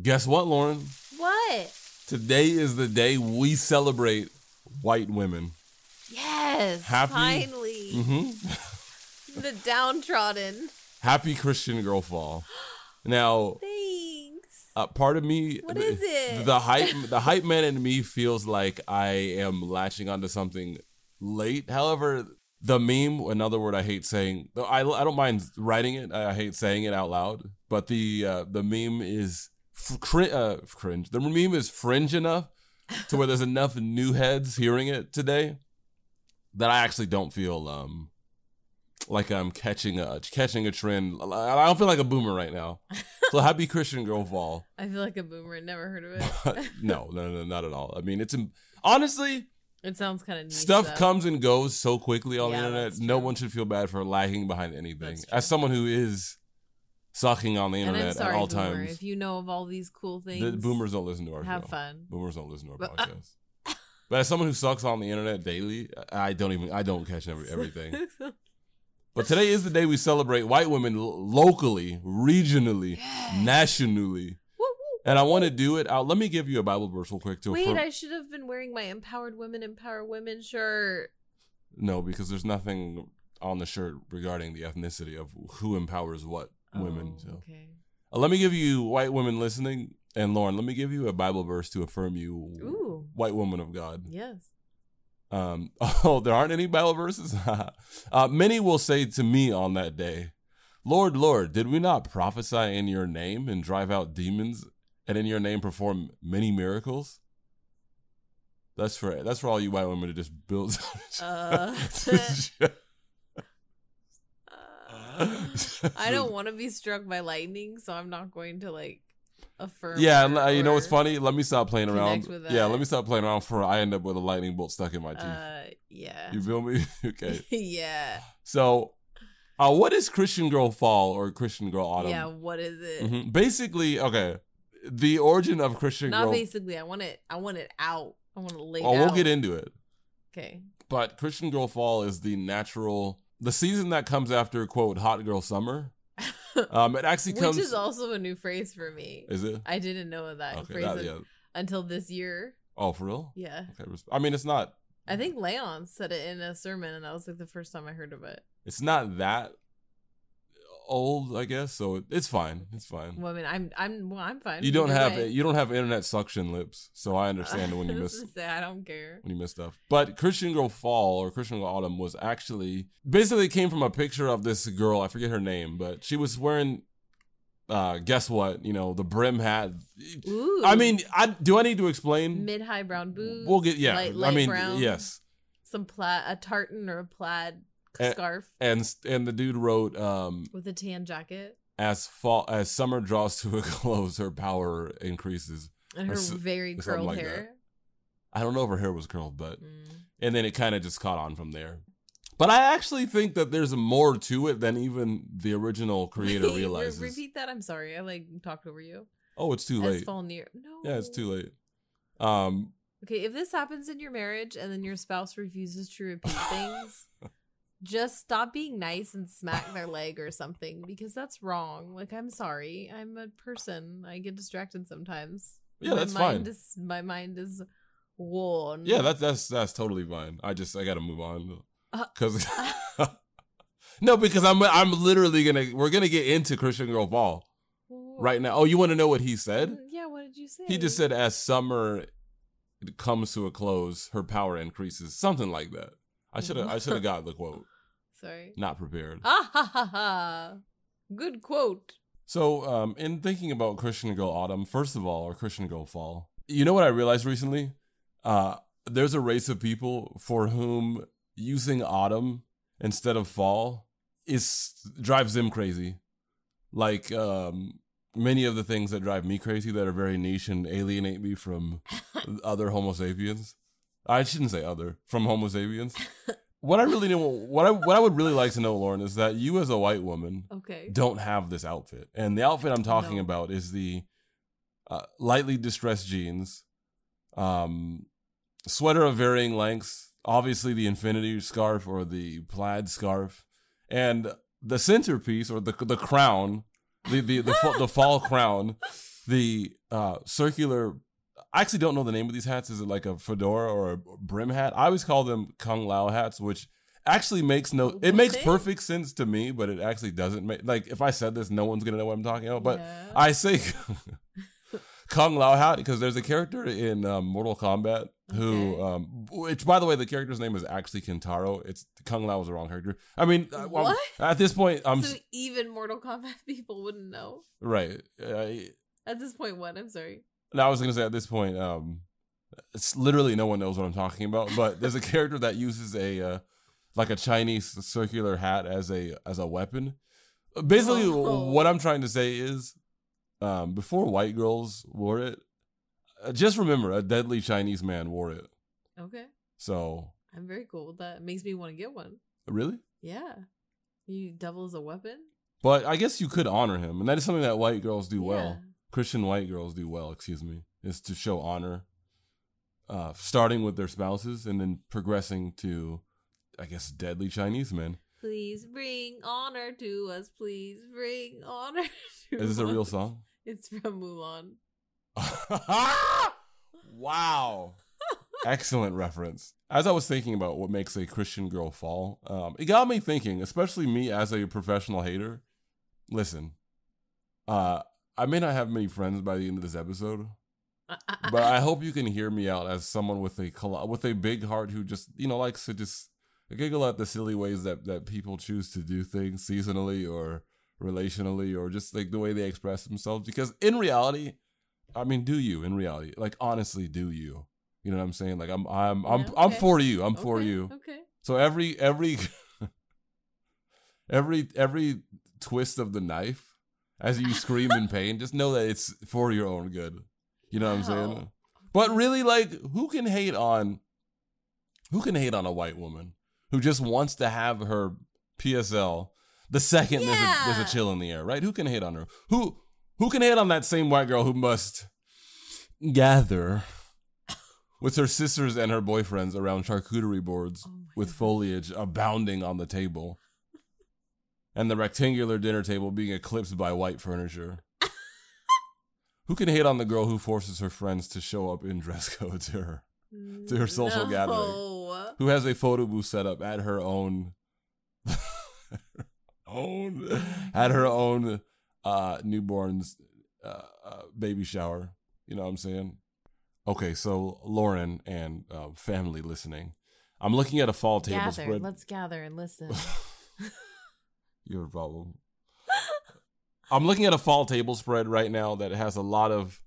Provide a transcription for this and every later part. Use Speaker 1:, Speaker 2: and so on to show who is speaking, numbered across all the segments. Speaker 1: Guess what, Lauren?
Speaker 2: What?
Speaker 1: Today is the day we celebrate white women.
Speaker 2: Yes.
Speaker 1: Happy-
Speaker 2: Finally. the downtrodden.
Speaker 1: Happy Christian Girl Fall. Now,
Speaker 2: Thanks.
Speaker 1: uh, part of me,
Speaker 2: What
Speaker 1: the,
Speaker 2: is it?
Speaker 1: the hype, the hype man in me feels like I am latching onto something late. However, the meme, another word I hate saying, though I, I don't mind writing it. I hate saying it out loud, but the uh, the meme is fr- cri- uh, cringe. The meme is fringe enough to where there's enough new heads hearing it today that I actually don't feel um like I'm catching a catching a trend. I I don't feel like a boomer right now. So happy Christian Girl Fall.
Speaker 2: I feel like a boomer. Never heard of it.
Speaker 1: no, no, no, not at all. I mean, it's im- honestly
Speaker 2: it sounds kind of
Speaker 1: stuff comes and goes so quickly on the
Speaker 2: Yeah,
Speaker 1: internet.
Speaker 2: that's
Speaker 1: No
Speaker 2: true.
Speaker 1: one should feel bad for lagging behind anything.
Speaker 2: That's true.
Speaker 1: As someone who is sucking on the
Speaker 2: and
Speaker 1: internet
Speaker 2: I'm sorry,
Speaker 1: at all
Speaker 2: boomer.
Speaker 1: times,
Speaker 2: If you know of all these cool things,
Speaker 1: the boomers don't listen to our
Speaker 2: have
Speaker 1: show.
Speaker 2: fun.
Speaker 1: Boomers don't listen to our
Speaker 2: But- uh,
Speaker 1: podcast. But as someone who sucks on the internet daily, I I don't even I don't catch every, everything. But today is the day we celebrate white women lo- locally, regionally, nationally.
Speaker 2: Woo,
Speaker 1: And I want to do it out. Let me give you a Bible verse real quick. To
Speaker 2: woo. Wait,
Speaker 1: affirm-
Speaker 2: I should have been wearing my Empowered Women Empower Women shirt.
Speaker 1: No, because there's nothing on the shirt regarding the ethnicity of who empowers what women.
Speaker 2: Oh,
Speaker 1: So
Speaker 2: Okay.
Speaker 1: Uh, let me give you white women listening, and Lauren, let me give you a Bible verse to affirm you,
Speaker 2: Ooh.
Speaker 1: white woman of God.
Speaker 2: Yes.
Speaker 1: Um, oh, there aren't any Bible verses. uh, many will say to me on that day, Lord, Lord, did we not prophesy in your name and drive out demons, and in your name perform many miracles? That's for that's for all you white women to just build.
Speaker 2: Uh, uh, I don't want to be struck by lightning, so I'm not going to like affirm.
Speaker 1: Yeah,
Speaker 2: or-
Speaker 1: and, uh, you know what's
Speaker 2: or,
Speaker 1: funny? Let me stop playing around.
Speaker 2: connect with
Speaker 1: Yeah,
Speaker 2: that.
Speaker 1: let me stop playing around for I end up with a lightning bolt stuck in my teeth.
Speaker 2: Uh, yeah.
Speaker 1: you feel me? okay.
Speaker 2: yeah.
Speaker 1: So, uh, what is Christian Girl Fall or Christian Girl Autumn?
Speaker 2: Yeah. What is it?
Speaker 1: Mhm. Basically, okay, the origin of Christian
Speaker 2: Not
Speaker 1: Girl.
Speaker 2: basically. I want it. I want it out. I want to lay.
Speaker 1: oh,
Speaker 2: out.
Speaker 1: we'll get into it.
Speaker 2: Okay.
Speaker 1: But Christian Girl Fall is the natural, the season that comes after quote Hot Girl Summer. Um, it actually
Speaker 2: Which
Speaker 1: comes.
Speaker 2: is also a new phrase for me.
Speaker 1: is it?
Speaker 2: I didn't know that
Speaker 1: Okay.
Speaker 2: phrase
Speaker 1: that-
Speaker 2: un-
Speaker 1: yeah.
Speaker 2: until this year.
Speaker 1: Oh, for real?
Speaker 2: Yeah.
Speaker 1: Okay. res- I mean, it's not
Speaker 2: I think Leon said it in a sermon, and that was like the first time I heard of it.
Speaker 1: it's not that old, I guess. So it, it's fine. It's fine.
Speaker 2: Well, I mean, I'm, I'm, well, I'm fine.
Speaker 1: Mm. you don't
Speaker 2: Either
Speaker 1: have
Speaker 2: way.
Speaker 1: you don't have internet suction lips, so I understand when you
Speaker 2: I was
Speaker 1: miss
Speaker 2: gonna say, I don't care.
Speaker 1: when you miss stuff. But Christian Girl Fall or Christian Girl Autumn was actually basically it came from a picture of this girl. I forget her name, but she was wearing. Uh, guess what? You know the brim hat.
Speaker 2: Ooh.
Speaker 1: Mm. I mean, I do. I need to explain.
Speaker 2: mid high brown boots.
Speaker 1: We'll get yeah.
Speaker 2: Light, light
Speaker 1: I mean
Speaker 2: brown,
Speaker 1: yes.
Speaker 2: Some plaid, a tartan or a plaid
Speaker 1: Eh.
Speaker 2: scarf
Speaker 1: And and the dude wrote um
Speaker 2: with a tan jacket,
Speaker 1: as fall as summer draws to a close, her power increases.
Speaker 2: and her
Speaker 1: Or so-
Speaker 2: very
Speaker 1: or something
Speaker 2: curled
Speaker 1: like
Speaker 2: hair.
Speaker 1: I don't know if her hair was curled, but
Speaker 2: Mm.
Speaker 1: and then it kind of just caught on from there. But I actually think that there's more to it than even the original creator
Speaker 2: Re-
Speaker 1: realizes.
Speaker 2: Repeat that. I'm sorry. I like talked over you.
Speaker 1: Oh, it's too
Speaker 2: As
Speaker 1: late.
Speaker 2: fall near. No.
Speaker 1: Yeah, it's too late. Um,
Speaker 2: Okay, if this happens in your marriage and then your spouse refuses to repeat things, just stop being nice and smack their leg or something because that's wrong. Like, I'm sorry, I'm a person. I get distracted sometimes.
Speaker 1: Yeah,
Speaker 2: my
Speaker 1: that's
Speaker 2: mind
Speaker 1: fine.
Speaker 2: Is, my mind is worn.
Speaker 1: yeah, that's that's that's totally fine. I just I gotta move on
Speaker 2: Uh,
Speaker 1: because no, because I'm I'm literally gonna we're gonna get into Christian Girl Ball right now. Oh, you want to know what he said?
Speaker 2: mm, Yeah. What did you say?
Speaker 1: He just said, as summer comes to a close, her power increases, something like that. I should have I should have got the quote.
Speaker 2: Sorry.
Speaker 1: Not prepared.
Speaker 2: Ah ha ha ha! Good quote.
Speaker 1: So, um, in thinking about Christian Girl Autumn, first of all, or Christian Girl Fall, you know what I realized recently? Uh, there's a race of people for whom using autumn instead of fall is drives them crazy. Like um, many of the things that drive me crazy that are very niche and alienate me from other Homo sapiens. I shouldn't say other from Homo sapiens. What I really know, what I what I would really like to know, Lauren, is that you as a white woman
Speaker 2: Okay.
Speaker 1: don't have this outfit. And the outfit I'm talking
Speaker 2: No.
Speaker 1: about is the uh, lightly distressed jeans, um, sweater of varying lengths, obviously the infinity scarf or the plaid scarf, and the centerpiece or the the crown, the the the, fa- the fall crown the uh, circular. I actually don't know the name of these hats. Is it like a fedora or a brim hat? I always call them kung lao hats, which actually makes no. It makes
Speaker 2: Okay.
Speaker 1: perfect sense to me, but it actually doesn't make. Like if I said this, no one's gonna know what I'm talking about. But
Speaker 2: Yeah.
Speaker 1: I say Kung Lao Hat because there's a character in um, Mortal Kombat who,
Speaker 2: Okay.
Speaker 1: um, which by the way, the character's name is actually Kentaro. It's Kung Lao was the wrong character. I mean, uh, well,
Speaker 2: What?
Speaker 1: at this point, I'm
Speaker 2: so
Speaker 1: s-
Speaker 2: even Mortal Kombat people wouldn't know.
Speaker 1: right. I,
Speaker 2: At this point, what? I'm sorry.
Speaker 1: now I was gonna say at this point, um, it's literally no one knows what I'm talking about. But there's a character that uses a uh, like a Chinese circular hat as a as a weapon. Basically,
Speaker 2: Oh.
Speaker 1: what I'm trying to say is, um, before white girls wore it, uh, just remember a deadly Chinese man wore it.
Speaker 2: Okay.
Speaker 1: So
Speaker 2: I'm very cool with that. It makes me want to get one.
Speaker 1: really,
Speaker 2: Yeah. You double as a weapon?
Speaker 1: but I guess you could honor him, and that is something that white girls do well.
Speaker 2: Yeah.
Speaker 1: Christian white girls do well, excuse me, is to show honor, uh, starting with their spouses and then progressing to, I guess, deadly Chinese men.
Speaker 2: Please bring honor to us. Please bring honor to
Speaker 1: Is this a
Speaker 2: us.
Speaker 1: real song?
Speaker 2: It's from Mulan.
Speaker 1: wow. Excellent reference. As I was thinking about what makes a Christian girl fall, um, it got me thinking, especially me as a professional hater. Listen, uh, I may not have many friends by the end of this episode,
Speaker 2: Uh,
Speaker 1: but I hope you can hear me out as someone with a coll- with a big heart who just you know likes to just giggle at the silly ways that that people choose to do things seasonally or relationally or just like the way they express themselves. Because in reality, I mean, do you in reality like honestly do you? You know what I'm saying? Like I'm I'm I'm
Speaker 2: Yeah,
Speaker 1: I'm
Speaker 2: okay.
Speaker 1: for you. I'm for
Speaker 2: Okay,
Speaker 1: you.
Speaker 2: Okay.
Speaker 1: So every every every every twist of the knife as you scream in pain, just know that it's for your own good. You know what I'm saying?
Speaker 2: Wow.
Speaker 1: But really like who can hate on who can hate on a white woman who just wants to have her PSL the second there's, a, there's
Speaker 2: Yeah.
Speaker 1: a chill in the air, right? Who can hate on her? Who who can hate on that same white girl who must gather with her sisters and her boyfriends around charcuterie boards
Speaker 2: Oh my
Speaker 1: with
Speaker 2: God.
Speaker 1: foliage abounding on the table and the rectangular dinner table being eclipsed by white furniture. who can hate on the girl who forces her friends to show up in dress codes to her? to her social gathering.
Speaker 2: No.
Speaker 1: Who has a photo booth set up at her own own at her own uh newborn's uh, uh baby shower. You know what I'm saying? Okay, so Lauren and uh, family listening. I'm looking at a fall table
Speaker 2: Gather.
Speaker 1: spread.
Speaker 2: Let's gather and listen.
Speaker 1: you have a problem. I'm looking at a fall table spread right now that has a lot of,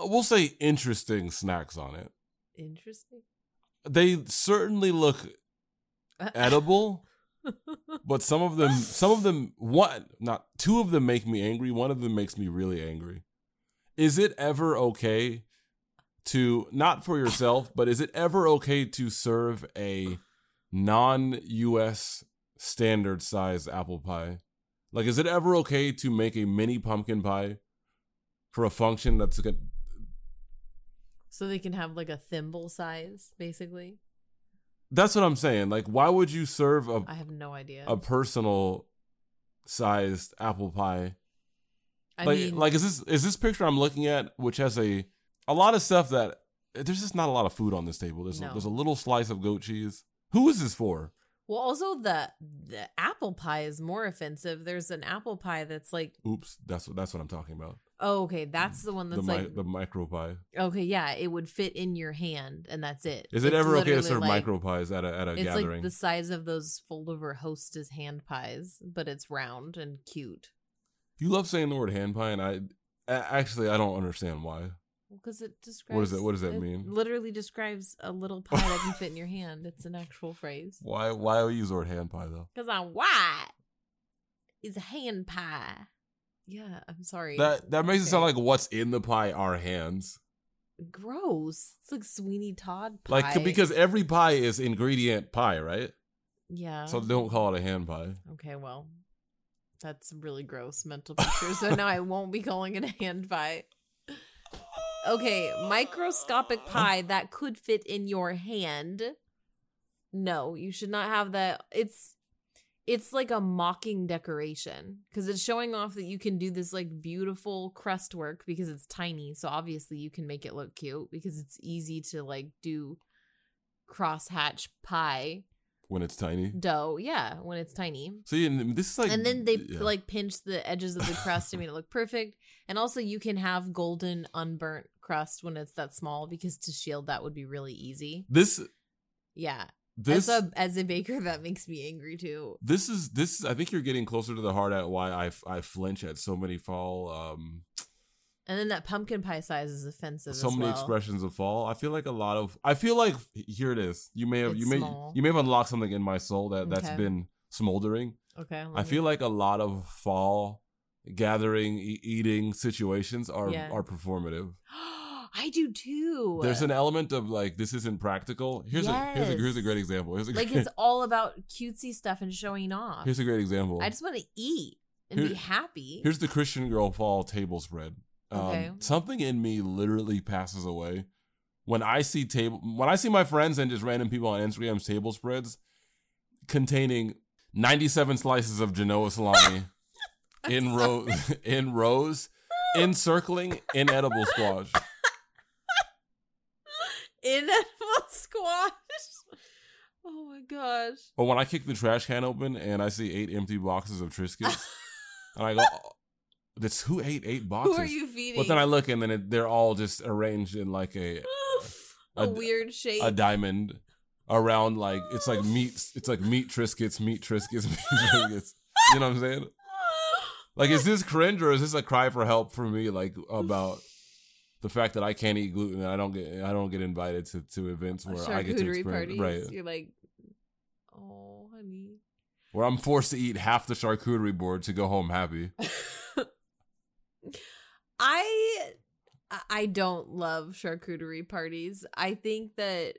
Speaker 1: uh, we'll say, interesting snacks on it.
Speaker 2: Interesting.
Speaker 1: They certainly look edible, but some of them, some of them, one, not two of them make me angry. One of them makes me really angry. Is it ever okay to, not for yourself, but is it ever okay to serve a non US standard size apple pie? Like, is it ever okay to make a mini pumpkin pie for a function that's going to
Speaker 2: so they can have like a thimble size, basically.
Speaker 1: That's what I'm saying. Like, why would you serve a
Speaker 2: I have no idea.
Speaker 1: a personal sized apple pie?
Speaker 2: I
Speaker 1: like,
Speaker 2: mean,
Speaker 1: like is this is this picture I'm looking at, which has a a lot of stuff that there's just not a lot of food on this table. There's a,
Speaker 2: No.
Speaker 1: there's a little slice of goat cheese. Who is this for?
Speaker 2: well, also the the apple pie is more offensive. There's an apple pie that's like,
Speaker 1: Oops, that's what that's what I'm talking about.
Speaker 2: oh, okay, that's the one
Speaker 1: The
Speaker 2: that's
Speaker 1: mi-
Speaker 2: like,
Speaker 1: the micro pie.
Speaker 2: okay, yeah, it would fit in your hand, and that's it.
Speaker 1: Is it
Speaker 2: It's
Speaker 1: ever okay to
Speaker 2: literally
Speaker 1: serve
Speaker 2: like-
Speaker 1: micro pies at a at a
Speaker 2: It's
Speaker 1: gathering?
Speaker 2: like the size of those fold over hostess hand pies, but it's round and cute.
Speaker 1: you love saying the word hand pie, and I a- actually I don't understand why.
Speaker 2: Because it describes.
Speaker 1: What is it- what does that
Speaker 2: it
Speaker 1: mean?
Speaker 2: Literally describes a little pie that can fit in your hand. It's an actual phrase.
Speaker 1: Why why do you use the word hand pie though?
Speaker 2: Because I'm white. Is hand pie. Yeah, I'm sorry.
Speaker 1: That that makes it
Speaker 2: Okay.
Speaker 1: sound like what's in the pie are hands.
Speaker 2: gross. It's like Sweeney Todd pie.
Speaker 1: Like because every pie is ingredient pie, right?
Speaker 2: yeah.
Speaker 1: So don't call it a hand pie.
Speaker 2: okay, well, that's a really gross mental picture. so now I won't be calling it a hand pie. Okay, microscopic pie that could fit in your hand. No, you should not have that. It's it's like a mocking decoration because it's showing off that you can do this like beautiful crest work because it's tiny. So obviously you can make it look cute because it's easy to like do crosshatch pie
Speaker 1: when it's tiny.
Speaker 2: dough. Yeah, when it's tiny.
Speaker 1: See, and this is like,
Speaker 2: and then they
Speaker 1: yeah.
Speaker 2: like pinch the edges of the crust to make it look perfect. And also, you can have golden unburnt crust when it's that small because to shield that would be really easy.
Speaker 1: this
Speaker 2: Yeah,
Speaker 1: this
Speaker 2: as a as a baker, that makes me angry too.
Speaker 1: this is this. is- I think you're getting closer to the heart at why I f- I flinch at so many fall um
Speaker 2: And then that pumpkin pie size is offensive.
Speaker 1: so
Speaker 2: as
Speaker 1: many
Speaker 2: well.
Speaker 1: expressions of fall. I feel like a lot of I feel like here it is. You may have you
Speaker 2: It's
Speaker 1: may
Speaker 2: small.
Speaker 1: you may have unlocked something in my soul that that's
Speaker 2: Okay. Mm-hmm.
Speaker 1: been smoldering.
Speaker 2: Okay,
Speaker 1: I feel like a lot of fall gathering e- eating situations are
Speaker 2: Yeah.
Speaker 1: are performative.
Speaker 2: I do too.
Speaker 1: There's an element of like this isn't practical. Here's a here's a here's a
Speaker 2: Yes.
Speaker 1: great example. Here's a
Speaker 2: like
Speaker 1: great,
Speaker 2: it's all about cutesy stuff and showing off.
Speaker 1: here's a great example.
Speaker 2: I just want to eat and
Speaker 1: Here-
Speaker 2: be happy.
Speaker 1: Here's the Christian girl fall table spread. Um,
Speaker 2: Okay.
Speaker 1: Something in me literally passes away when I see table when I see my friends and just random people on Instagram's table spreads containing 97 slices of Genoa salami in row in rows encircling inedible squash.
Speaker 2: Inedible squash. Oh my gosh.
Speaker 1: Or when I kick the trash can open and I see eight empty boxes of Triscuits, and I go, "Oh, "That's who ate eight boxes?"
Speaker 2: Who are you feeding?
Speaker 1: But then I look and then it, they're all just arranged in like a
Speaker 2: a,
Speaker 1: a-
Speaker 2: weird shape.
Speaker 1: a diamond around like it's like meat it's like meat triscuits meat triscuits meat triscuits you know what i'm saying like is this cringe or is this a cry for help for me like about the fact that i can't eat gluten and i don't get i don't get invited to, to events where i get to
Speaker 2: Charcuterie
Speaker 1: experience
Speaker 2: parties.
Speaker 1: right
Speaker 2: You're like, oh, honey.
Speaker 1: where i'm forced to eat half the charcuterie board to go home happy
Speaker 2: I I don't love charcuterie parties. I think that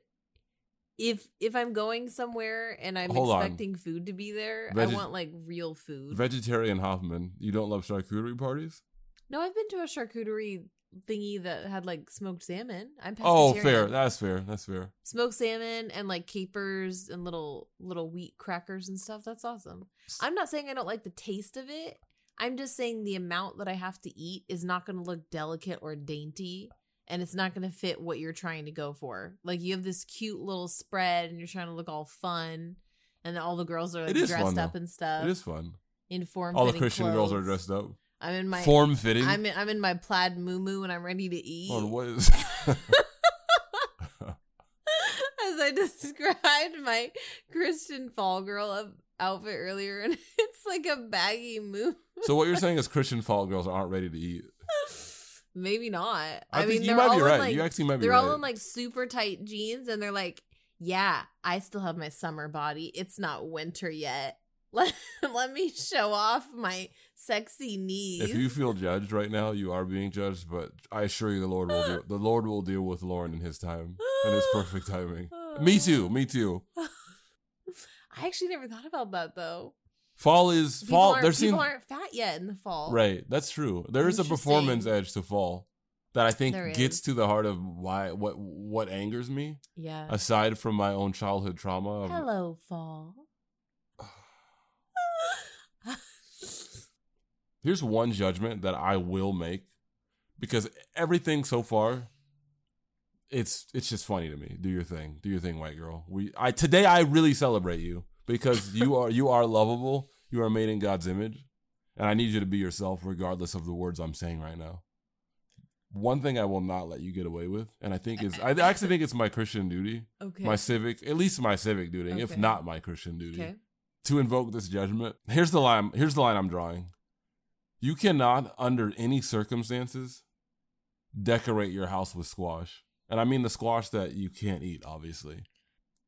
Speaker 2: if if I'm going somewhere and I'm
Speaker 1: Hold on.
Speaker 2: expecting food to be there,
Speaker 1: Veggie-
Speaker 2: I want like real food.
Speaker 1: vegetarian hoffman you don't love charcuterie parties
Speaker 2: no, I've been to a charcuterie thingy that had like smoked salmon. I'm
Speaker 1: oh fair
Speaker 2: pescatarian.
Speaker 1: that's fair that's fair
Speaker 2: smoked salmon and like capers and little little wheat crackers and stuff. That's awesome. I'm not saying I don't like the taste of it. I'm just saying the amount that I have to eat is not going to look delicate or dainty and it's not going to fit what you're trying to go for. Like you have this cute little spread and you're trying to look all fun and all the girls are
Speaker 1: It
Speaker 2: like
Speaker 1: is
Speaker 2: dressed
Speaker 1: fun,
Speaker 2: up
Speaker 1: though.
Speaker 2: and stuff.
Speaker 1: it is fun
Speaker 2: in form
Speaker 1: all the christian girls are dressed up
Speaker 2: I'm in my
Speaker 1: form fitting
Speaker 2: I'm in, I'm in my plaid muumuu and I'm ready to eat.
Speaker 1: on what is
Speaker 2: as I described my Christian fall girl of outfit earlier, and it's like a baggy move.
Speaker 1: So what you're saying is Christian fall girls aren't ready to eat.
Speaker 2: Maybe not.
Speaker 1: I,
Speaker 2: I,
Speaker 1: think
Speaker 2: mean,
Speaker 1: you
Speaker 2: they're
Speaker 1: might
Speaker 2: all
Speaker 1: be
Speaker 2: in
Speaker 1: right.
Speaker 2: like
Speaker 1: you actually might be
Speaker 2: they're
Speaker 1: right.
Speaker 2: all in like super tight jeans, and they're like, "Yeah, I still have my summer body. It's not winter yet. Let let me show off my sexy knees."
Speaker 1: if you feel judged right now, you are being judged. But I assure you, the Lord will deal, the Lord will deal with Lauren in His time, in His perfect timing. Me too. Me too.
Speaker 2: I actually never thought about that though.
Speaker 1: Fall is
Speaker 2: People,
Speaker 1: fall.
Speaker 2: aren't,
Speaker 1: There's
Speaker 2: people
Speaker 1: seen
Speaker 2: aren't fat yet in the fall,
Speaker 1: right. That's true. There is a performance edge
Speaker 2: Interesting.
Speaker 1: to fall that I think
Speaker 2: There
Speaker 1: gets
Speaker 2: is.
Speaker 1: to the heart of why what what angers me
Speaker 2: Yeah.
Speaker 1: aside from my own childhood trauma. Of,
Speaker 2: Hello, fall.
Speaker 1: here's one judgment that I will make because everything so far it's it's just funny to me. Do your thing. Do your thing, white girl. We I today I really celebrate you because you are you are lovable. You are made in God's image. And I need you to be yourself regardless of the words I'm saying right now. One thing I will not let you get away with, and I think is I actually think it's my Christian duty,
Speaker 2: Okay.
Speaker 1: my civic, at least my civic duty, if
Speaker 2: Okay.
Speaker 1: not my Christian duty
Speaker 2: okay.
Speaker 1: to invoke this judgment. Here's the line. Here's the line I'm drawing. You cannot, under any circumstances, decorate your house with squash, and I mean the squash that you can't eat, obviously.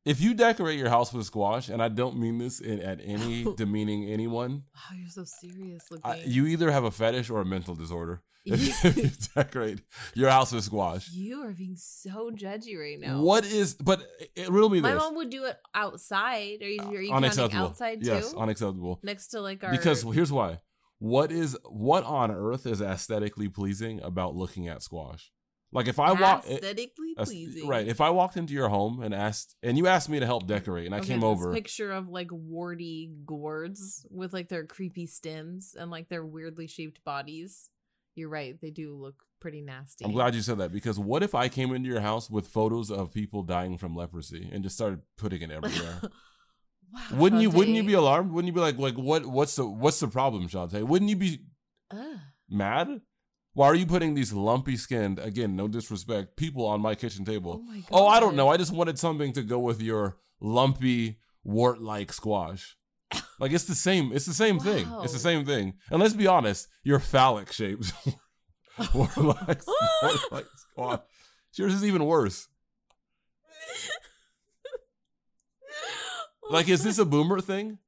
Speaker 1: If you decorate your house with squash, and I don't mean this in, at any demeaning anyone,
Speaker 2: Wow, you're so serious looking.
Speaker 1: I, you either have a fetish or a mental disorder. If, if you decorate your house with squash,
Speaker 2: You are being so judgy right now.
Speaker 1: what is? But it riddle me
Speaker 2: My
Speaker 1: this. Uh,
Speaker 2: mom would do it outside. Are you, are you counting
Speaker 1: unacceptable.
Speaker 2: outside too?
Speaker 1: yes, unacceptable.
Speaker 2: Next to like our
Speaker 1: because here's why what is what on earth is aesthetically pleasing about looking at squash Like if I walk
Speaker 2: aesthetically
Speaker 1: That's-
Speaker 2: pleasing,
Speaker 1: Right. If I walked into your home and asked, and you asked me to help decorate, and I
Speaker 2: Okay,
Speaker 1: came
Speaker 2: this
Speaker 1: over,
Speaker 2: Picture of like warty gourds with like their creepy stems and like their weirdly shaped bodies. You're right; they do look pretty nasty.
Speaker 1: I'm glad you said that because what if I came into your house with photos of people dying from leprosy and just started putting it everywhere?
Speaker 2: wow,
Speaker 1: wouldn't you? Wouldn't you be
Speaker 2: Shantae.
Speaker 1: alarmed? Wouldn't you be like, like what? What's the what's the problem, Shantae? Wouldn't you be
Speaker 2: Ugh.
Speaker 1: mad? Why are you putting these lumpy skinned, again, no disrespect, people on my kitchen
Speaker 2: Oh
Speaker 1: table?
Speaker 2: my god!
Speaker 1: Oh, I don't know. I just wanted something to go with your lumpy wart like squash. Like it's the same. It's the same thing. It's the
Speaker 2: Wow.
Speaker 1: same thing. And let's be honest, your phallic shapes wart like squash. Yours is even worse. Like, is this a boomer thing?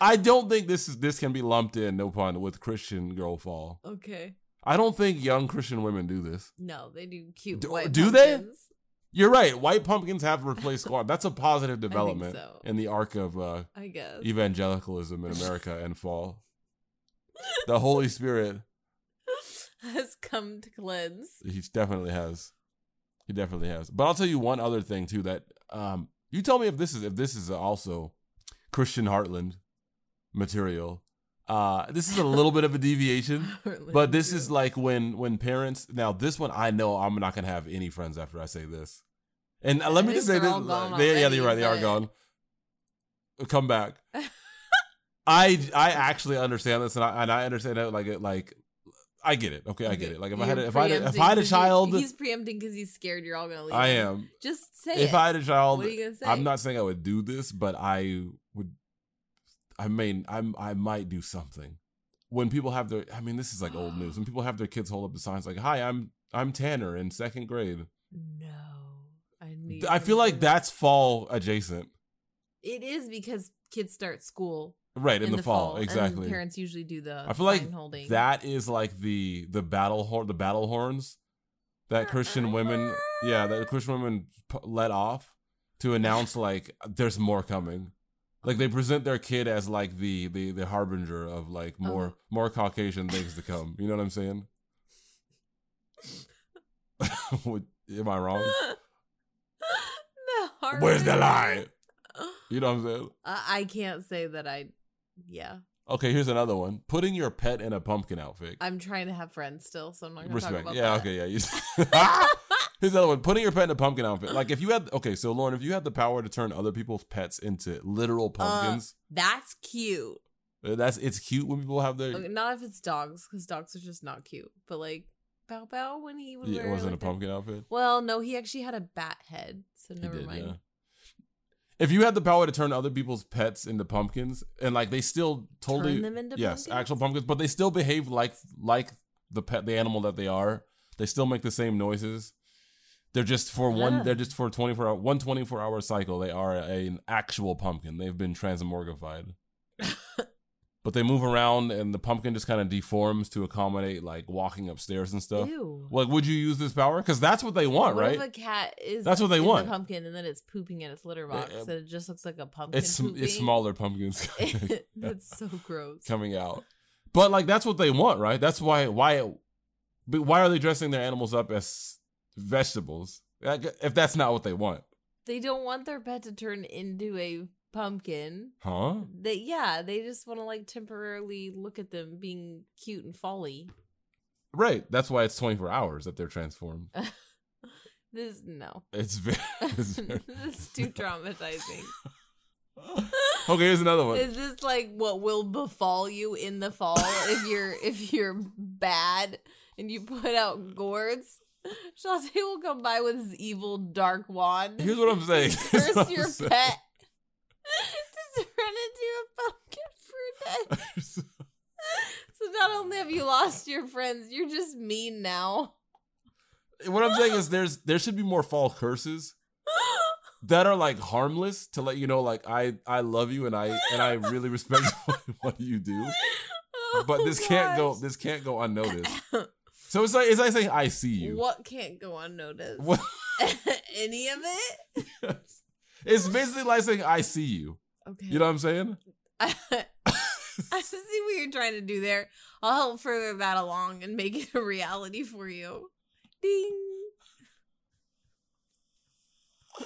Speaker 1: I don't think this is this can be lumped in, no pun, with Christian girl fall.
Speaker 2: okay?
Speaker 1: I don't think young Christian women do this.
Speaker 2: No, they do cute.
Speaker 1: Do-
Speaker 2: white
Speaker 1: do they?
Speaker 2: pumpkins.
Speaker 1: You're right. White pumpkins have replaced squad. That's a positive development
Speaker 2: so.
Speaker 1: in the arc of uh,
Speaker 2: I guess.
Speaker 1: evangelicalism in America and fall. The Holy Spirit,
Speaker 2: has come to cleanse.
Speaker 1: he definitely has. He definitely has. But I'll tell you one other thing too. That um, you tell me if this is if this is also Christian Heartland material. Uh, this is a little bit of a deviation. But this is like when when parents now this one I know I'm not gonna have any friends after I say this, and uh, let
Speaker 2: I
Speaker 1: me
Speaker 2: think
Speaker 1: just say
Speaker 2: they're
Speaker 1: this
Speaker 2: all gone
Speaker 1: they, yeah
Speaker 2: already,
Speaker 1: you're right they are
Speaker 2: but-
Speaker 1: gone. Come back. I I actually understand this and I and I understand it like it like I get it okay I get it like if I had a, if I had a, if I had a child
Speaker 2: he's preempting because he's scared you're all gonna leave.
Speaker 1: I
Speaker 2: him.
Speaker 1: am
Speaker 2: Just say
Speaker 1: if
Speaker 2: it.
Speaker 1: I had a child
Speaker 2: what are you gonna say?
Speaker 1: I'm not saying I would do this but I would I mean I'm I might do something when people have their I mean this is like old news when people have their kids hold up the signs like hi I'm I'm Tanner in second grade
Speaker 2: No, I need.
Speaker 1: I feel
Speaker 2: to
Speaker 1: like
Speaker 2: hear-
Speaker 1: that's fall adjacent.
Speaker 2: It is because kids start school
Speaker 1: Right, in, the, fall,
Speaker 2: and
Speaker 1: exactly.
Speaker 2: parents usually do the.
Speaker 1: I feel like
Speaker 2: sign holding.
Speaker 1: That is like the the battle horn, the battle horns that Christian women, yeah, that Christian women p- let off to announce like there's more coming. Like they present their kid as like the the the harbinger of like more
Speaker 2: Uh-huh.
Speaker 1: more Caucasian things to come. You know what I'm saying? What- Am I wrong?
Speaker 2: no.
Speaker 1: Where's the lie?
Speaker 2: I,
Speaker 1: You know what I'm saying?
Speaker 2: I can't say that I. Yeah,
Speaker 1: Okay, here's another one. Putting your pet in a pumpkin outfit.
Speaker 2: I'm trying to have friends still, so I'm not gonna talk
Speaker 1: Respect.
Speaker 2: about
Speaker 1: yeah,
Speaker 2: that.
Speaker 1: okay, yeah. You, here's another one. Putting your pet in a pumpkin outfit. Like if you had okay, so Lauren, if you had the power to turn other people's pets into literal pumpkins,
Speaker 2: That's cute.
Speaker 1: uh, that's it's cute when people have their
Speaker 2: Okay, not if it's dogs, because dogs are just not cute. But like Bow Bow, when he would
Speaker 1: yeah, it
Speaker 2: wear
Speaker 1: wasn't
Speaker 2: like,
Speaker 1: a
Speaker 2: the-
Speaker 1: pumpkin outfit.
Speaker 2: Well, no, he actually had a bat head, so
Speaker 1: He
Speaker 2: never
Speaker 1: did,
Speaker 2: mind.
Speaker 1: yeah. If you had the power to turn other people's pets into pumpkins and like they still totally
Speaker 2: Turn them into
Speaker 1: yes,
Speaker 2: pumpkins?
Speaker 1: actual pumpkins, but they still behave like like the pet the animal that they are. They still make the same noises. They're just for one.
Speaker 2: Ah.
Speaker 1: They're just for twenty four hour one 24 hour cycle. They are a- an actual pumpkin. They've been transmorgified, but they move around, and the pumpkin just kind of deforms to accommodate like walking upstairs and stuff.
Speaker 2: Ew.
Speaker 1: Like, would you use this power? Because that's what they want,
Speaker 2: what
Speaker 1: right?
Speaker 2: if a cat is
Speaker 1: That's what they
Speaker 2: in
Speaker 1: want.
Speaker 2: the pumpkin, and then it's pooping in its litter box,
Speaker 1: yeah.
Speaker 2: and it just looks like a pumpkin.
Speaker 1: it's sm- it's
Speaker 2: pooping?
Speaker 1: smaller pumpkins
Speaker 2: That's so gross.
Speaker 1: coming out, but like that's what they want, right? That's why why, but why are they dressing their animals up as vegetables? Like, If that's not what they want,
Speaker 2: They don't want their pet to turn into a pumpkin.
Speaker 1: huh?
Speaker 2: They yeah, they just want to like temporarily look at them being cute and folly.
Speaker 1: Right. That's why it's 24 hours that they're transformed.
Speaker 2: This no.
Speaker 1: It's very. It's
Speaker 2: this
Speaker 1: very
Speaker 2: is too traumatizing.
Speaker 1: okay, here's another one.
Speaker 2: Is this like what will befall you in the fall if you're if you're bad and you put out gourds? Shantae will come by with his evil dark wand.
Speaker 1: Here's what I'm saying. Here's
Speaker 2: Curse
Speaker 1: what I'm
Speaker 2: your
Speaker 1: saying.
Speaker 2: pet. Just turn into a pumpkin for a day. So not only have you lost your friends, you're just mean now.
Speaker 1: what I'm saying is there's there should be more fall curses that are like harmless to let you know like I I love you and I and I really respect what, what you do.
Speaker 2: Oh,
Speaker 1: But this can't go
Speaker 2: gosh.
Speaker 1: this can't go unnoticed. So it's like it's like saying I see you.
Speaker 2: What can't go unnoticed?
Speaker 1: What?
Speaker 2: Any of it?
Speaker 1: it's basically like saying I see you.
Speaker 2: Okay.
Speaker 1: You know what I'm saying?
Speaker 2: I see what you're trying to do there. I'll help further that along and make it a reality for you. Ding.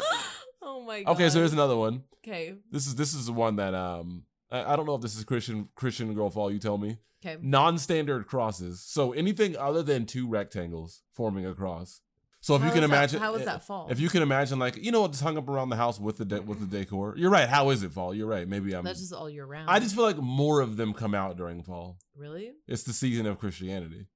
Speaker 2: oh my god.
Speaker 1: Okay, so here's another one.
Speaker 2: Okay.
Speaker 1: This is this is the one that um I, I don't know if this is Christian Christian girl fall. You tell me.
Speaker 2: Okay.
Speaker 1: Non-standard crosses. So anything other than two rectangles forming a cross. So if
Speaker 2: How
Speaker 1: you can
Speaker 2: is that-
Speaker 1: imagine, eh,
Speaker 2: how is that fall?
Speaker 1: If you can imagine, like you know, what, just hung up around the house with the de- with the decor. You're right. How is it fall? You're right. Maybe I'm.
Speaker 2: That's just all year round.
Speaker 1: Um, I just feel like more of them come out during fall.
Speaker 2: really.
Speaker 1: It's the season of Christianity.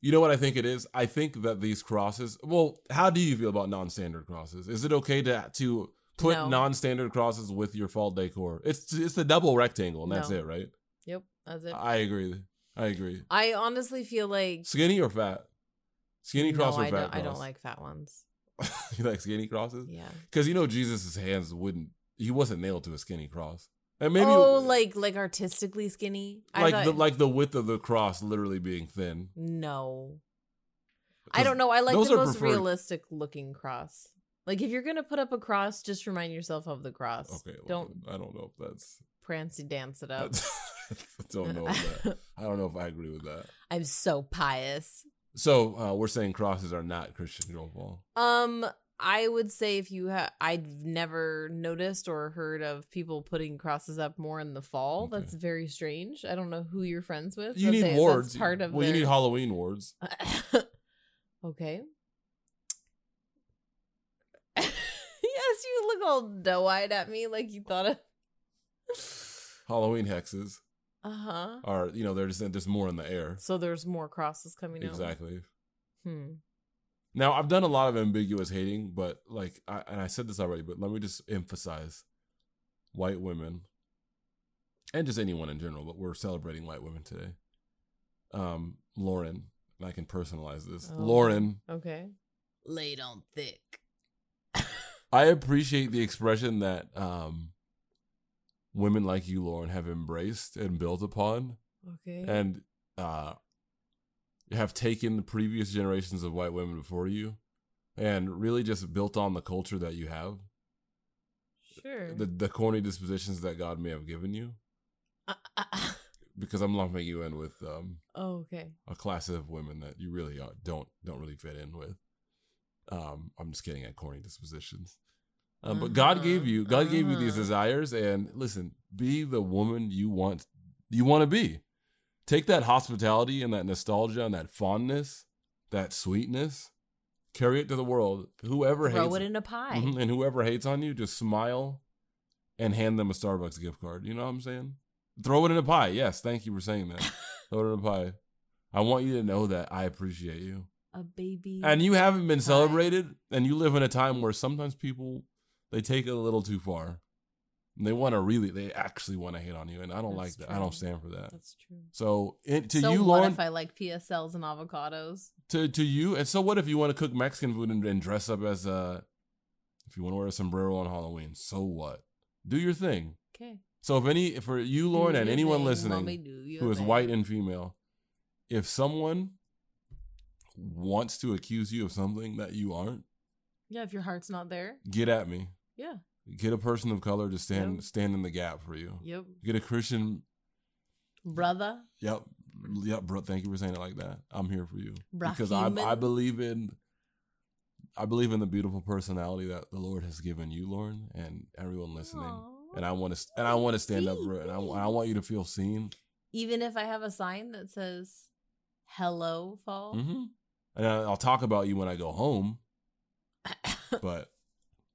Speaker 1: You know what I think it is? I think that these crosses. Well, how do you feel about non-standard crosses? Is it okay to to put
Speaker 2: No.
Speaker 1: non-standard crosses with your fall decor? It's it's the double rectangle and that's
Speaker 2: No.
Speaker 1: it, right?
Speaker 2: Yep. That's it.
Speaker 1: I
Speaker 2: I,
Speaker 1: agree. I agree.
Speaker 2: honestly feel like
Speaker 1: Skinny or fat? Skinny cross
Speaker 2: no,
Speaker 1: or
Speaker 2: I
Speaker 1: fat
Speaker 2: don't.
Speaker 1: cross?
Speaker 2: I don't like fat ones.
Speaker 1: you like skinny crosses?
Speaker 2: Yeah.
Speaker 1: Because you know Jesus' hands wouldn't. He wasn't nailed to a skinny cross. And maybe
Speaker 2: oh, like like artistically skinny. I
Speaker 1: like
Speaker 2: thought,
Speaker 1: the like the width of the cross literally being thin.
Speaker 2: no.
Speaker 1: 'Cause
Speaker 2: I don't know. I like
Speaker 1: those
Speaker 2: the
Speaker 1: are
Speaker 2: most
Speaker 1: preferred-
Speaker 2: realistic looking cross. Like if you're gonna put up a cross, just remind yourself of the cross.
Speaker 1: Okay. well,
Speaker 2: don't Oh.
Speaker 1: I don't know if that's.
Speaker 2: prancy dance it up.
Speaker 1: I don't know. If that, I don't know if I agree with that.
Speaker 2: I'm so pious.
Speaker 1: So uh, we're saying crosses are not Christian girl fall.
Speaker 2: Um, I would say if you have, I've never noticed or heard of people putting crosses up more in the fall.
Speaker 1: Okay.
Speaker 2: That's very strange. I don't know who you're friends with.
Speaker 1: You
Speaker 2: but
Speaker 1: need
Speaker 2: they- that's
Speaker 1: wards.
Speaker 2: Part of
Speaker 1: well, you need Halloween wards.
Speaker 2: need. okay. yes, you look all doe-eyed at me like you thought of.
Speaker 1: Halloween hexes
Speaker 2: Uh huh.
Speaker 1: are you know they're just just more in the air.
Speaker 2: So there's more crosses coming out.
Speaker 1: Exactly.
Speaker 2: Hmm.
Speaker 1: Now I've done a lot of ambiguous hating, but like, I, and I said this already, but let me just emphasize: white women, and just anyone in general, but we're celebrating white women today. Um, Lauren, and I can personalize this.
Speaker 2: Oh.
Speaker 1: Lauren,
Speaker 2: Okay. Laid on thick.
Speaker 1: I appreciate the expression that um, women like you, Lauren, have embraced and built upon,
Speaker 2: Okay.
Speaker 1: and uh, have taken the previous generations of white women before you, and really just built on the culture that you have,
Speaker 2: sure.
Speaker 1: the the corny dispositions that God may have given you.
Speaker 2: Uh, uh, uh.
Speaker 1: Because I'm lumping you in with um,
Speaker 2: Oh, okay.
Speaker 1: a class of women that you really are, don't don't really fit in with. Um, I'm just kidding at corny dispositions. Um, But God
Speaker 2: Uh-huh,
Speaker 1: gave you God gave you these
Speaker 2: uh-huh.
Speaker 1: desires, and listen, be the woman you want you want to be. Take that hospitality and that nostalgia and that fondness, that sweetness, carry it to the world. Whoever
Speaker 2: Throw
Speaker 1: hates
Speaker 2: it in a pie.
Speaker 1: Mhm, and whoever hates on you, just smile and hand them a Starbucks gift card. You know what I'm saying? Throw it in a pie. Yes, thank you for saying that. Throw it in a pie. I want you to know that I appreciate you.
Speaker 2: A baby.
Speaker 1: Mm-hmm. And you haven't been
Speaker 2: Pie.
Speaker 1: celebrated, and you live in a time where sometimes people they take it a little too far. And they want to really, they actually want to hate on you, and I don't
Speaker 2: That's
Speaker 1: like that. I don't
Speaker 2: true.
Speaker 1: stand for that.
Speaker 2: That's true.
Speaker 1: So it, to
Speaker 2: so
Speaker 1: you,
Speaker 2: what
Speaker 1: Lauren,
Speaker 2: if I like PSLs and avocados?
Speaker 1: to to you. And so, what if you want to cook Mexican food and, and dress up as a? If you want to wear a sombrero on Halloween, so what? Do your thing.
Speaker 2: Okay.
Speaker 1: So, if any for you, Lauren, and anyone listening who is white and female, if someone wants to accuse you of something that you aren't,
Speaker 2: Yeah, if your heart's not there.
Speaker 1: get at me.
Speaker 2: Yeah.
Speaker 1: Get a person of color to stand
Speaker 2: Yep.
Speaker 1: stand in the gap for you.
Speaker 2: Yep.
Speaker 1: Get a Christian.
Speaker 2: Brother.
Speaker 1: Yep, yep, bro. Thank you for saying it like that. I'm here for you
Speaker 2: Bruh,
Speaker 1: because I I
Speaker 2: human.
Speaker 1: believe in I believe in the beautiful personality that the Lord has given you, Lauren, and everyone listening.
Speaker 2: Aw.
Speaker 1: And I want to and I want to stand up for it, and I, I want you to feel seen.
Speaker 2: Even if I have a sign that says hello fall.
Speaker 1: hmm And I, I'll talk about you when I go home, but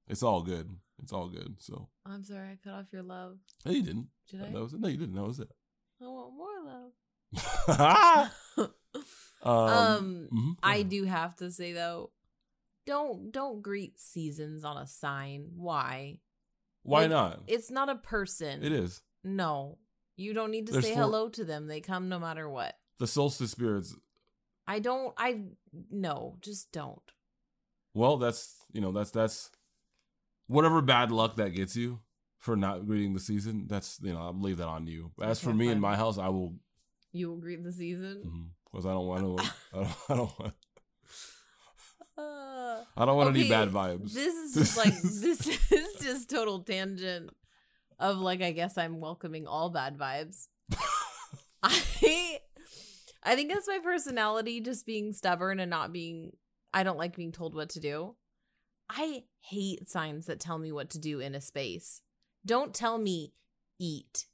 Speaker 1: it's all good. It's all good. So
Speaker 2: I'm sorry I cut off your love.
Speaker 1: no, you didn't.
Speaker 2: Did I?
Speaker 1: That was it. No, you didn't. That was it.
Speaker 2: I want more
Speaker 1: um,
Speaker 2: love. Um,
Speaker 1: mhm.
Speaker 2: I do have to say though, don't don't greet seasons on a sign. Why?
Speaker 1: Why
Speaker 2: like,
Speaker 1: not?
Speaker 2: It's not a person.
Speaker 1: it is.
Speaker 2: No. You don't need to
Speaker 1: There's
Speaker 2: say
Speaker 1: four-
Speaker 2: hello to them. They come no matter what.
Speaker 1: The solstice spirits
Speaker 2: I don't I no, just don't.
Speaker 1: Well, that's you know that's that's whatever bad luck that gets you for not greeting the season. That's you know I'll leave that on you. As for
Speaker 2: Okay,
Speaker 1: me in
Speaker 2: fine.
Speaker 1: my house, I will
Speaker 2: You will greet the season.
Speaker 1: because I don't want to. I don't. I don't want. Mm-hmm.
Speaker 2: Uh,
Speaker 1: I don't want any
Speaker 2: Okay,
Speaker 1: bad vibes.
Speaker 2: this is just like this is just total tangent of like I guess I'm welcoming all bad vibes. I I think that's my personality just being stubborn and not being I don't like being told what to do. I hate signs that tell me what to do in a space. Don't tell me eat,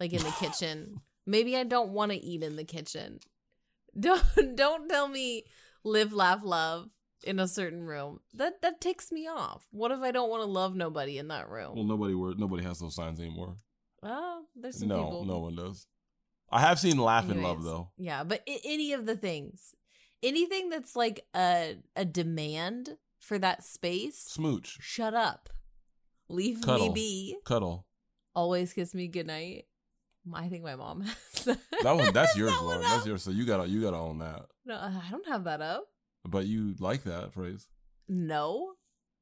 Speaker 2: like in the kitchen. Maybe I don't want to eat in the kitchen. Don't don't tell me live, laugh, love in a certain room. That that ticks me off. What if I don't want to love nobody in that room?
Speaker 1: Well, nobody were nobody has those signs anymore.
Speaker 2: Well, there's some
Speaker 1: No,
Speaker 2: people.
Speaker 1: no one does. I have seen laugh and love
Speaker 2: Anyways.
Speaker 1: though.
Speaker 2: Yeah, but I- any of the things, anything that's like a a demand for that space,
Speaker 1: Smooch,
Speaker 2: shut up, leave
Speaker 1: Cuddle.
Speaker 2: me be.
Speaker 1: cuddle.
Speaker 2: Always kiss me goodnight. I think my mom has that.
Speaker 1: That one, that's yours,
Speaker 2: that one
Speaker 1: Lauren. That's
Speaker 2: up?
Speaker 1: yours. So you gotta, you gotta own that.
Speaker 2: No, I don't have that up.
Speaker 1: But you like that phrase.
Speaker 2: No.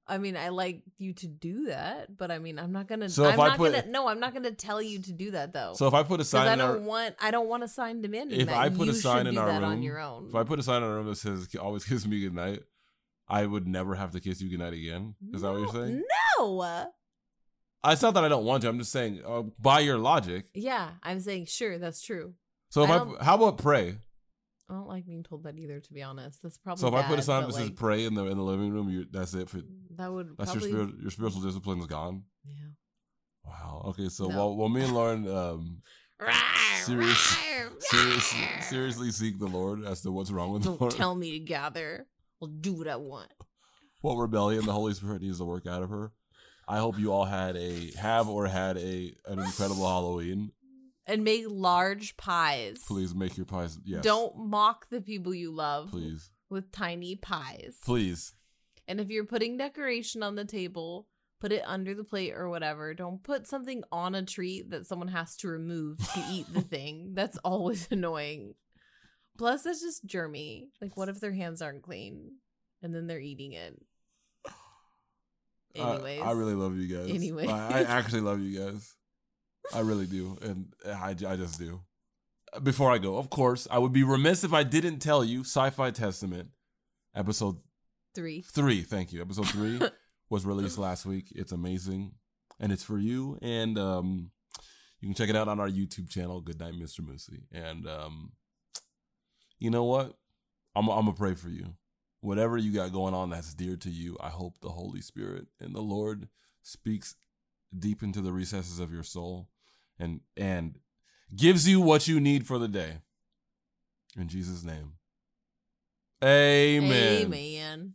Speaker 2: I mean, I like you to do that, but I mean, I'm not gonna.
Speaker 1: So if
Speaker 2: I'm
Speaker 1: I
Speaker 2: not
Speaker 1: put-
Speaker 2: gonna. No, I'm not gonna tell you to do that though.
Speaker 1: So if I put a
Speaker 2: Oh. because
Speaker 1: sign
Speaker 2: I
Speaker 1: in our,
Speaker 2: don't want. I don't want a sign demanding
Speaker 1: If
Speaker 2: that.
Speaker 1: I put a
Speaker 2: You should
Speaker 1: sign in
Speaker 2: do
Speaker 1: our
Speaker 2: that
Speaker 1: room-
Speaker 2: on your own.
Speaker 1: if I put a sign in our room that says "always kiss me goodnight," I would never have to kiss you goodnight again. Is that what you're
Speaker 2: No-
Speaker 1: saying?
Speaker 2: No.
Speaker 1: It's not that I don't want to. I'm just saying uh, by your logic.
Speaker 2: Yeah, I'm saying sure, that's true.
Speaker 1: So if
Speaker 2: I
Speaker 1: I,
Speaker 2: don't-
Speaker 1: how about pray?
Speaker 2: I don't like being told that either, to be honest. That's probably
Speaker 1: So if I put a
Speaker 2: bad,
Speaker 1: sign
Speaker 2: but,
Speaker 1: up that says
Speaker 2: like,
Speaker 1: "pray" in the in the living room, you that's it for
Speaker 2: that would
Speaker 1: that's
Speaker 2: probably
Speaker 1: your spirit, your spiritual discipline's gone.
Speaker 2: yeah.
Speaker 1: Wow. Okay. So
Speaker 2: No.
Speaker 1: while while me and Lauren um, Serious- serious, seriously seek the Lord as to what's wrong with
Speaker 2: Don't
Speaker 1: Lauren,
Speaker 2: tell me to gather. I'll do what I want.
Speaker 1: what rebellion the Holy Spirit needs to work out of her. I hope you all had a have or had a an incredible Halloween.
Speaker 2: And make large pies.
Speaker 1: Please make your pies. Yes.
Speaker 2: Don't mock the people you love
Speaker 1: Please.
Speaker 2: with tiny pies.
Speaker 1: Please.
Speaker 2: And if you're putting decoration on the table, put it under the plate or whatever. Don't put something on a tree that someone has to remove to eat the thing. That's always annoying. Plus, it's just germy. Like, what if their hands aren't clean and then they're eating it?
Speaker 1: Uh, I-
Speaker 2: Anyways,
Speaker 1: I, really love you guys.
Speaker 2: Anyways.
Speaker 1: I, I actually love you guys. I really do. And I, I just do. Before I go, of course, I would be remiss if I didn't tell you Sci Fi Testament, episode
Speaker 2: three.
Speaker 1: three. Thank you. Episode three was released last week. It's amazing. And it's for you. And um, you can check it out on our YouTube channel, Good Night, Mr. Moosey. And um, you know what? I'm, I'm going to pray for you. Whatever you got going on that's dear to you, I hope the Holy Spirit and the Lord speaks deep into the recesses of your soul and and gives you what you need for the day. In Jesus' name. Amen.
Speaker 2: Amen.